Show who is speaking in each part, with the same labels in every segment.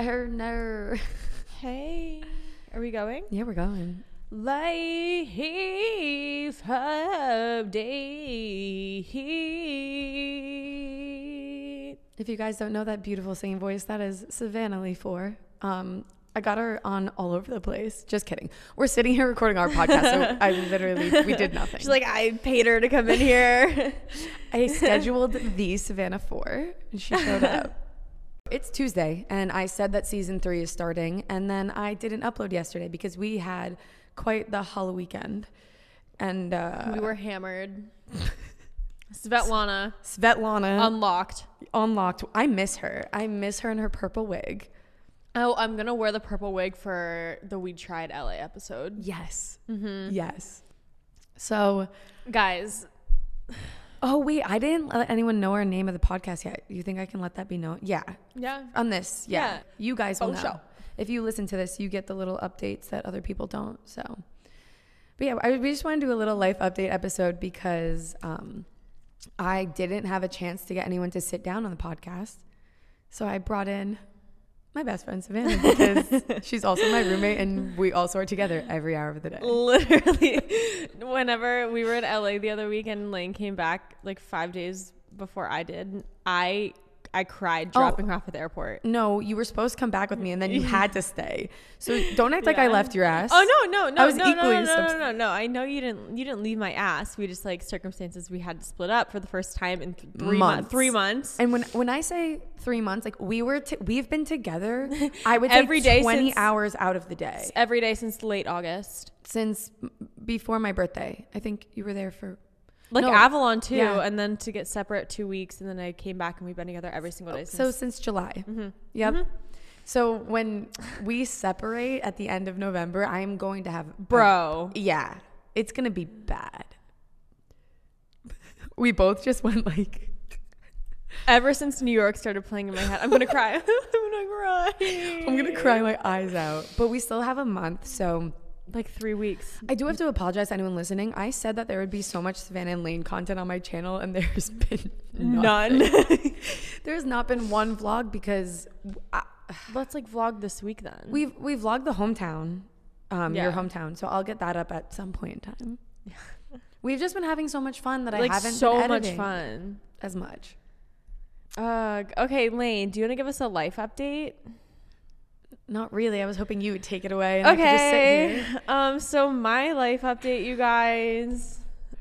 Speaker 1: Er no.
Speaker 2: Hey, are we going?
Speaker 1: Yeah, we're going.
Speaker 2: Life update.
Speaker 1: If you guys don't know that beautiful singing voice, that is Savannah Lee Four. Um, I got her on all over the place. Just kidding. We're sitting here recording our podcast, so I literally we did nothing.
Speaker 2: She's like, I paid her to come in here.
Speaker 1: I scheduled the Savannah Four, and she showed up. It's Tuesday, and I said that season three is starting, and then I didn't upload yesterday because we had quite the hollow weekend, and uh,
Speaker 2: we were hammered. Uh-huh. Svetlana
Speaker 1: Svetlana
Speaker 2: Um, unlocked.
Speaker 1: unlocked. I miss her. I miss her in her purple wig.
Speaker 2: Oh, I'm gonna wear the purple wig for the We Tried LA episode.
Speaker 1: Yes.
Speaker 2: Mm-hmm.
Speaker 1: Yes. So,
Speaker 2: Guys,
Speaker 1: oh wait, I didn't let anyone know our name of the podcast yet. You think I can let that be known? Yeah.
Speaker 2: yeah.
Speaker 1: On this, yeah.
Speaker 2: Yeah.
Speaker 1: You guys will
Speaker 2: Oh,
Speaker 1: know.
Speaker 2: sure.
Speaker 1: If you listen to this, you get the little updates that other people don't. So, but yeah, I, we just want to do a little life update episode because um, I didn't have a chance to get anyone to sit down on the podcast, so I brought in my best friend Savannah because she's also my roommate and we also are together every hour of the day.
Speaker 2: Literally, whenever we were in LA the other week and Lane came back like five days before I did, I I cried
Speaker 1: Oh.
Speaker 2: dropping her off at the airport.
Speaker 1: No, you were supposed to come back with me, and then you had to stay. So don't act like I
Speaker 2: Yeah.
Speaker 1: left your ass.
Speaker 2: Oh no no no
Speaker 1: was
Speaker 2: no, no,
Speaker 1: equally
Speaker 2: no no no
Speaker 1: subs-
Speaker 2: no no! I know you didn't you didn't leave my ass. We just like circumstances we had to split up for the first time in th- three months.
Speaker 1: Months.
Speaker 2: three months.
Speaker 1: And when when I say three months, like we were, t- we've been together. I would
Speaker 2: Every
Speaker 1: every day
Speaker 2: day
Speaker 1: twenty
Speaker 2: since-
Speaker 1: hours out of the day
Speaker 2: Every day since late August,
Speaker 1: since m- before my birthday. I think you were there for.
Speaker 2: like
Speaker 1: No.
Speaker 2: Avalon too,
Speaker 1: Yeah.
Speaker 2: and then to get separate two weeks, and then I came back and we've been together every single day Oh, since.
Speaker 1: Oh, So
Speaker 2: Mm-hmm.
Speaker 1: since July. Yep. So when we separate at the end of November, I am going to have
Speaker 2: Bro,
Speaker 1: Yeah, it's gonna be bad. We both just went like.
Speaker 2: ever since New York started playing in my head, I'm gonna cry. I'm gonna cry.
Speaker 1: I'm gonna cry my eyes out. But we still have a month, so
Speaker 2: Like three weeks.
Speaker 1: I do have to apologize to anyone listening. I said that there would be so much Savannah and Lane content on my channel, and there's been none. there's not been one vlog because I,
Speaker 2: Let's like vlog this week then.
Speaker 1: we've we vlogged the hometown, um, your
Speaker 2: Yeah.
Speaker 1: hometown. So I'll get that up at some point in time. We've just been having so much fun that
Speaker 2: like
Speaker 1: I haven't been
Speaker 2: so much
Speaker 1: editing
Speaker 2: fun.
Speaker 1: as much.
Speaker 2: Uh, okay, Lane, do you want to give us a life update?
Speaker 1: Not really. I was hoping you would take it away. And I could just sit here.
Speaker 2: Um, so my life update, you guys.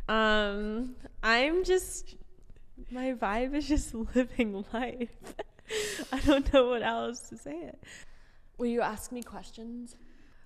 Speaker 2: Um, I'm just my vibe is just living life. I don't know what else to say it. Will you ask me questions?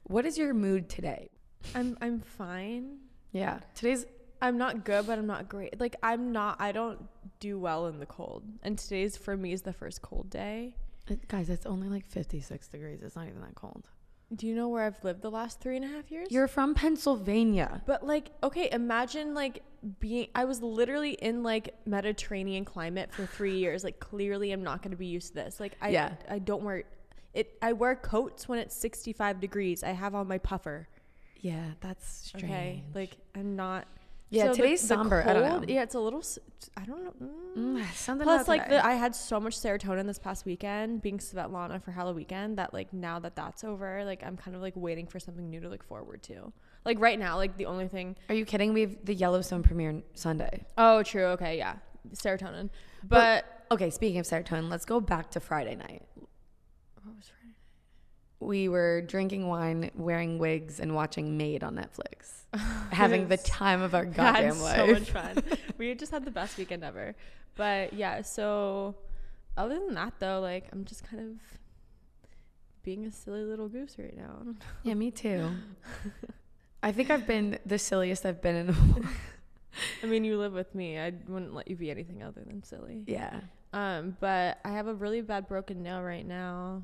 Speaker 1: What is your mood today?
Speaker 2: I'm I'm fine.
Speaker 1: Yeah, today's
Speaker 2: I'm not good, but I'm not great. Like I'm not I don't do well in the cold. And today's for me is the first cold day.
Speaker 1: it, guys. It's only like 56 degrees. It's not even that cold.
Speaker 2: Do you know where I've lived the last three and a half years?
Speaker 1: You're from Pennsylvania.
Speaker 2: But like, okay, imagine like being I was literally in like Mediterranean climate for 3 years. Like clearly I'm not going to be used to this. Like I
Speaker 1: Yeah.
Speaker 2: I don't wear it I wear coats when it's 65 degrees. I have on my puffer.
Speaker 1: Yeah, that's strange.
Speaker 2: Okay? Like I'm not
Speaker 1: Yeah,
Speaker 2: the-
Speaker 1: today's
Speaker 2: the
Speaker 1: somber. I don't know.
Speaker 2: Yeah, it's a little s- I don't know. Mm.
Speaker 1: Mm, something
Speaker 2: Plus,
Speaker 1: Plus,
Speaker 2: like, the, I had so much serotonin this past weekend being Svetlana for Halloween weekend that, like, now that that's over, like, I'm kind of like waiting for something new to look forward to. Like, right now, like, the only thing.
Speaker 1: Are you kidding? We have the Yellowstone premiere n- Sunday.
Speaker 2: Oh, true. Okay. Yeah. Serotonin. But.
Speaker 1: But- Okay, speaking of serotonin, let's go back to Friday night.
Speaker 2: what was Friday?
Speaker 1: We were drinking wine, wearing wigs, and watching Maid on Netflix, having the time of our
Speaker 2: I had
Speaker 1: goddamn
Speaker 2: so
Speaker 1: life.
Speaker 2: much fun. we just had the best weekend ever. But yeah, so other than that, though, like, I'm just kind of being a silly little goose right now.
Speaker 1: yeah, me too. I think I've been the silliest I've been in. a while.
Speaker 2: I mean, you live with me. I wouldn't let you be anything other than silly.
Speaker 1: yeah.
Speaker 2: Um, but I have a really bad broken nail right now.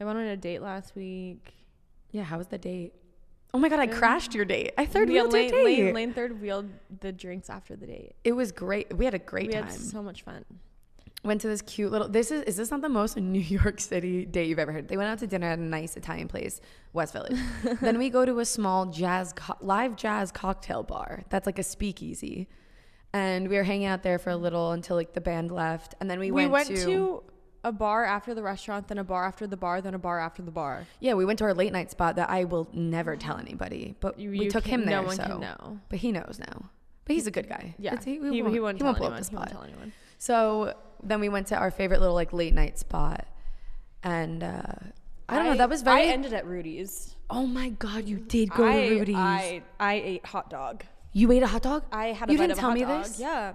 Speaker 2: I went on a date last week.
Speaker 1: Yeah. How was the date? Oh my god, I crashed your date. I third
Speaker 2: Yeah,
Speaker 1: wheeled
Speaker 2: Lane,
Speaker 1: your date.
Speaker 2: Lane, Lane third wheeled the drinks after the date.
Speaker 1: It was great. We had a great
Speaker 2: we
Speaker 1: time.
Speaker 2: had so much fun.
Speaker 1: went to this cute little this is is this not the most New York City date you've ever heard? They went out to dinner at a nice Italian place, West Village. then we go to a small jazz co- live jazz cocktail bar. That's like a speakeasy. And we were hanging out there for a little until like the band left, and then we,
Speaker 2: We went, to, a bar after the restaurant, then a bar after the bar, then a bar after the bar.
Speaker 1: Yeah, we went to our late night spot that I will never tell anybody, but
Speaker 2: You,
Speaker 1: we
Speaker 2: you
Speaker 1: took
Speaker 2: can't-
Speaker 1: him there.
Speaker 2: No one
Speaker 1: so,
Speaker 2: can know.
Speaker 1: but he knows now. But he's a good guy.
Speaker 2: Yeah,
Speaker 1: It's- he,
Speaker 2: he, he
Speaker 1: won't,
Speaker 2: won't
Speaker 1: he
Speaker 2: tell
Speaker 1: won't blow
Speaker 2: anyone.
Speaker 1: up the
Speaker 2: he
Speaker 1: spot.
Speaker 2: won't tell anyone.
Speaker 1: So then we went to our favorite little like late night spot, and uh, I don't know. That was very.
Speaker 2: I ended at Rudy's.
Speaker 1: oh my god, you did go
Speaker 2: I,
Speaker 1: to Rudy's.
Speaker 2: I, I ate hot dog.
Speaker 1: you ate a hot dog.
Speaker 2: I um, had. A
Speaker 1: You
Speaker 2: bite
Speaker 1: didn't
Speaker 2: of a
Speaker 1: tell
Speaker 2: hot
Speaker 1: me
Speaker 2: dog.
Speaker 1: this.
Speaker 2: Yeah,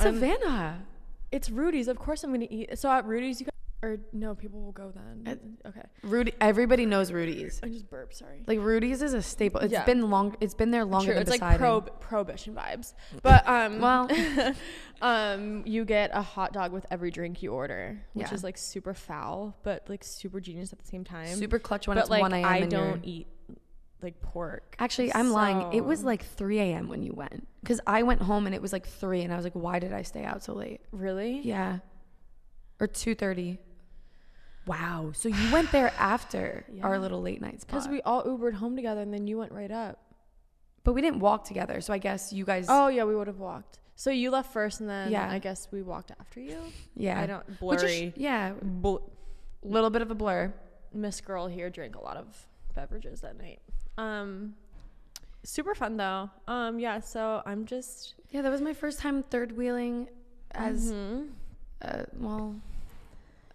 Speaker 2: Um,
Speaker 1: Savannah.
Speaker 2: it's Rudy's. Of course, I'm gonna eat. So at Rudy's, you. Got, or no, people will go then. okay,
Speaker 1: Rudy. Everybody knows Rudy's.
Speaker 2: I just burped. Sorry.
Speaker 1: Like Rudy's is a staple. It's
Speaker 2: Yeah.
Speaker 1: been long. It's been there longer
Speaker 2: True,
Speaker 1: than
Speaker 2: it's like
Speaker 1: Poseidon.
Speaker 2: prob- prohibition vibes. But um,
Speaker 1: Well.
Speaker 2: um, you get a hot dog with every drink you order, which
Speaker 1: Yeah.
Speaker 2: is like super foul, but like super genius at the same time.
Speaker 1: Super clutch when
Speaker 2: but
Speaker 1: it's
Speaker 2: like
Speaker 1: 1 a.m.
Speaker 2: I
Speaker 1: and you're-
Speaker 2: don't eat like pork.
Speaker 1: Actually, I'm lying. It was
Speaker 2: So-
Speaker 1: like 3 a.m. when you went because I went home and it was like three, and I was like, why did I stay out so late?
Speaker 2: really.
Speaker 1: Yeah, or 2:30. Wow. So you went there after our
Speaker 2: Yeah.
Speaker 1: little late night
Speaker 2: Because
Speaker 1: spot,
Speaker 2: we all Ubered home together and then you went right up.
Speaker 1: but we didn't walk together. So I guess you guys.
Speaker 2: Oh, yeah, we would have walked. So you left first and then
Speaker 1: Yeah.
Speaker 2: I guess we walked after you.
Speaker 1: yeah.
Speaker 2: I don't.
Speaker 1: Which is-
Speaker 2: Blurry.
Speaker 1: yeah,
Speaker 2: Bl-
Speaker 1: little bit of a blur.
Speaker 2: Miss Girl here drank a lot of beverages that night. Um, super fun though. Um, yeah, so I'm just.
Speaker 1: Yeah, that was my first time third wheeling as
Speaker 2: Mhm.
Speaker 1: uh, well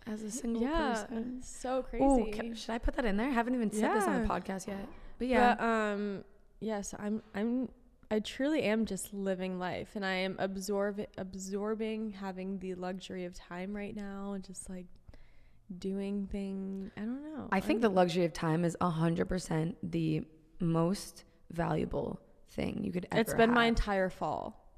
Speaker 1: as a single
Speaker 2: Yeah,
Speaker 1: person.
Speaker 2: so crazy.
Speaker 1: Oh, should I put that in there? I haven't even said this on the
Speaker 2: Yeah.
Speaker 1: podcast yet. But yeah,
Speaker 2: yeah. But, um, yeah, so I'm. I'm I truly am just living life and I am absorb absorbing having the luxury of time right now and just like doing thing I don't know.
Speaker 1: I think the luxury of time is hundred percent the most valuable thing you could ever.
Speaker 2: It's been my
Speaker 1: have.
Speaker 2: entire fall.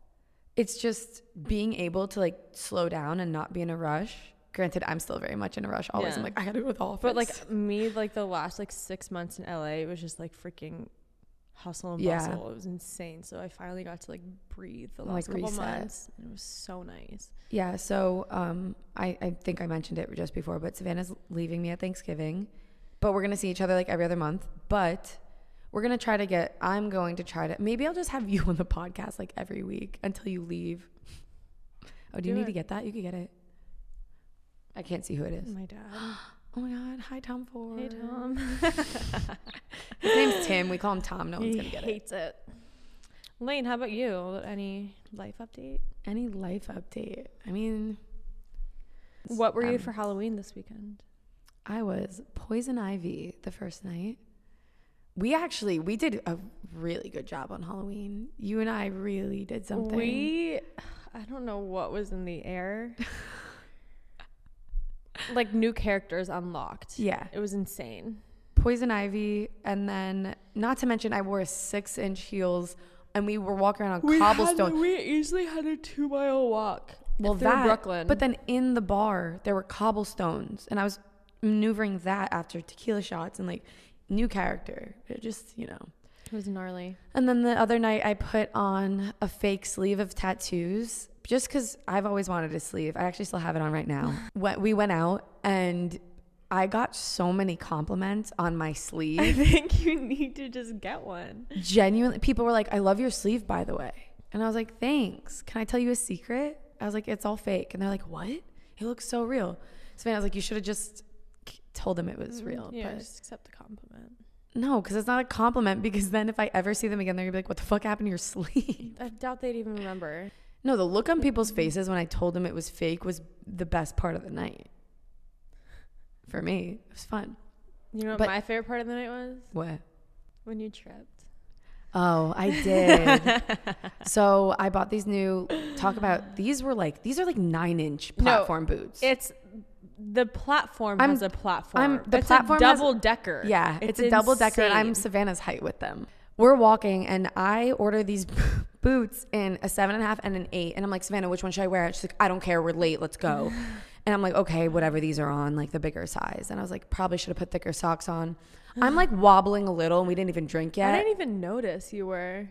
Speaker 1: It's just being able to like slow down and not be in a rush. Granted, I'm still very much in a rush. Always, I'm
Speaker 2: Yeah.
Speaker 1: like, I gotta go to the office.
Speaker 2: But like me, like the last like six months in LA, it was just like freaking hustle and
Speaker 1: Yeah.
Speaker 2: bustle. It was insane. So I finally got to like breathe the
Speaker 1: Like,
Speaker 2: last couple
Speaker 1: reset.
Speaker 2: months. And it was so nice.
Speaker 1: Yeah, so um, I, I think I mentioned it just before, but Savannah's leaving me at Thanksgiving, but we're gonna see each other like every other month. But we're gonna try to get. I'm going to try to. Maybe I'll just have you on the podcast like every week until you leave. Oh, do, you
Speaker 2: Do
Speaker 1: need
Speaker 2: it.
Speaker 1: to get that? You could get it. I can't see who it is.
Speaker 2: My dad.
Speaker 1: Oh my god! Hi, Tom Ford.
Speaker 2: hey Tom.
Speaker 1: His name's Tim. We call him Tom. No one's
Speaker 2: he
Speaker 1: gonna get it.
Speaker 2: hates it. Lane, how about you? Any life update?
Speaker 1: Any life update? I mean,
Speaker 2: What were you
Speaker 1: um,
Speaker 2: for Halloween this weekend?
Speaker 1: I was poison ivy the first night. We actually we did a really good job on Halloween. You and I really did something.
Speaker 2: We, I don't know what was in the air. like new characters unlocked.
Speaker 1: yeah,
Speaker 2: It was insane.
Speaker 1: poison ivy, and then not to mention I wore six inch heels, and we were walking around on cobblestone.
Speaker 2: we easily had a two mile walk.
Speaker 1: well,
Speaker 2: through
Speaker 1: that
Speaker 2: Brooklyn.
Speaker 1: But then in the bar there were cobblestones, and I was maneuvering that after tequila shots and like new character. It just you know.
Speaker 2: it was gnarly.
Speaker 1: And then the other night, I put on a fake sleeve of tattoos just because I've always wanted a sleeve. I actually still have it on right now. when we went out, and I got so many compliments on my
Speaker 2: I
Speaker 1: sleeve.
Speaker 2: think you need to just get one.
Speaker 1: Genuinely, people were like, I love your sleeve, by the way. And I was like, thanks. Can I tell you a secret? I was like, it's all fake. And they're like, what? It looks so real. Savannah was like, you should have just told them it was real.
Speaker 2: Yeah,
Speaker 1: But-
Speaker 2: just accept the compliment.
Speaker 1: no, because it's not a compliment. Because then if I ever see them again, they're going to be like, what the fuck happened to your sleeve?
Speaker 2: I doubt they'd even remember.
Speaker 1: No, the look on people's faces when I told them it was fake was the best part of the night. For me, it was fun.
Speaker 2: You know what
Speaker 1: But-
Speaker 2: my favorite part of the night was
Speaker 1: What?
Speaker 2: when you tripped.
Speaker 1: Oh, I did. so I bought these new. Talk about these were like these are like nine inch
Speaker 2: No,
Speaker 1: platform boots.
Speaker 2: It's the platform
Speaker 1: I'm-
Speaker 2: has a platform.
Speaker 1: the
Speaker 2: it's
Speaker 1: platform
Speaker 2: a
Speaker 1: has-
Speaker 2: double decker.
Speaker 1: yeah, it's, a double decker, and I'm
Speaker 2: insane.
Speaker 1: Savannah's height with them. We're walking, and I order these boots in a seven and a half and an eight, and I'm like, Savannah, which one should I wear? She's like, I don't care. We're late. Let's go. And I'm like, okay, whatever these are on, like the bigger size. And I was like, probably should have put thicker socks on. I'm like wobbling a little, and we didn't even drink
Speaker 2: I
Speaker 1: yet.
Speaker 2: didn't e- even notice you were.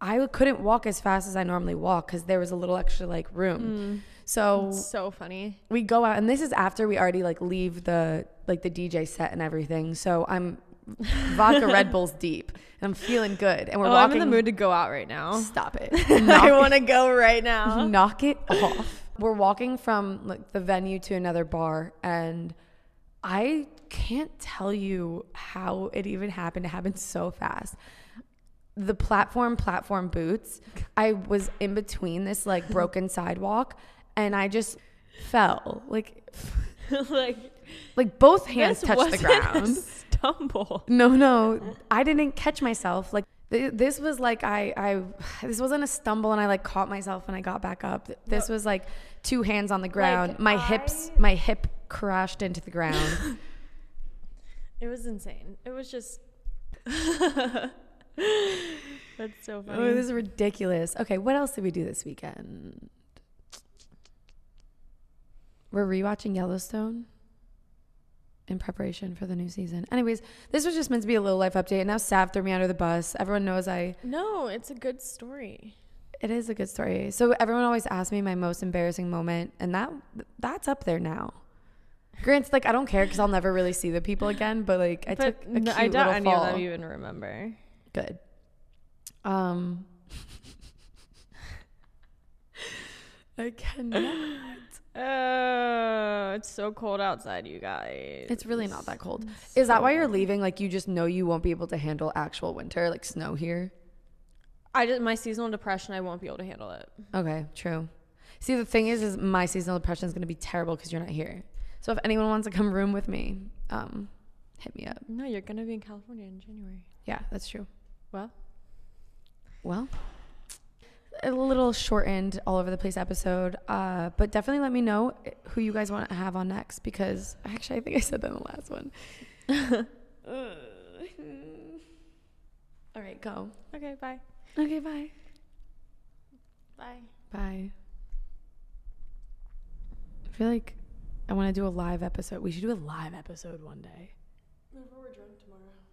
Speaker 1: I couldn't walk as fast as I normally walk because there was a little extra like
Speaker 2: Mm.
Speaker 1: room. So
Speaker 2: So funny.
Speaker 1: we go out and this is after we already like leave the like the DJ set and everything. So I'm vodka Red Bulls deep and I'm feeling good and we're
Speaker 2: Oh, I'm
Speaker 1: walking
Speaker 2: in the mood to go out right now.
Speaker 1: Stop it.
Speaker 2: I
Speaker 1: Knock,
Speaker 2: want to go right now.
Speaker 1: knock it off. We're walking from like the venue to another bar and I can't tell you how it even happened. It happened so fast. The platform, platform boots. I was in between this like broken sidewalk and I just fell. Like
Speaker 2: like
Speaker 1: like both hands
Speaker 2: this
Speaker 1: touched the
Speaker 2: wasn't a
Speaker 1: ground.
Speaker 2: stumble.
Speaker 1: No, no, I didn't catch myself. Like th- this was like I, I, this wasn't a stumble, and I like caught myself when I got back up. Th- This was like two hands on the ground.
Speaker 2: Like,
Speaker 1: my hips,
Speaker 2: I-
Speaker 1: my hip crashed into the ground.
Speaker 2: It was insane. It was just. That's so funny.
Speaker 1: oh, this is ridiculous. Okay, what else did we do this weekend? We're rewatching Yellowstone in preparation for the new season. Anyways, this was just meant to be a little life update. and Now Sav threw me under the bus. Everyone knows I
Speaker 2: no, it's a good story.
Speaker 1: It is a good story. So everyone always asks me my most embarrassing moment, and that that's up there now. Grant's like I don't care because I'll never really see the people again. But like I
Speaker 2: but
Speaker 1: took a
Speaker 2: n-
Speaker 1: cute
Speaker 2: I doubt
Speaker 1: little
Speaker 2: any
Speaker 1: fall.
Speaker 2: of them even remember.
Speaker 1: Good. Um, I cannot.
Speaker 2: Oh, it's so cold outside, you guys.
Speaker 1: It's really not that cold. Is that why you're leaving? Like you just know you won't be able to handle actual winter, like snow here.
Speaker 2: I just my seasonal depression. I won't be able to handle it.
Speaker 1: Okay, true. See, the thing is, is my seasonal depression is going to be terrible because you're not here. So if anyone wants to come room with me, um, hit me up.
Speaker 2: No, you're gonna be in California in January.
Speaker 1: Yeah, that's true.
Speaker 2: Well,
Speaker 1: Well, a little shortened, all over the place episode, uh, but definitely let me know eh, who you guys want to have on next because actually, I think I said that in the last one. all right, go.
Speaker 2: okay, bye,
Speaker 1: Okay, bye.
Speaker 2: bye.
Speaker 1: Bye. I feel like I want to do a live episode. We should do a live episode one day.
Speaker 2: Remember, we're drunk tomorrow.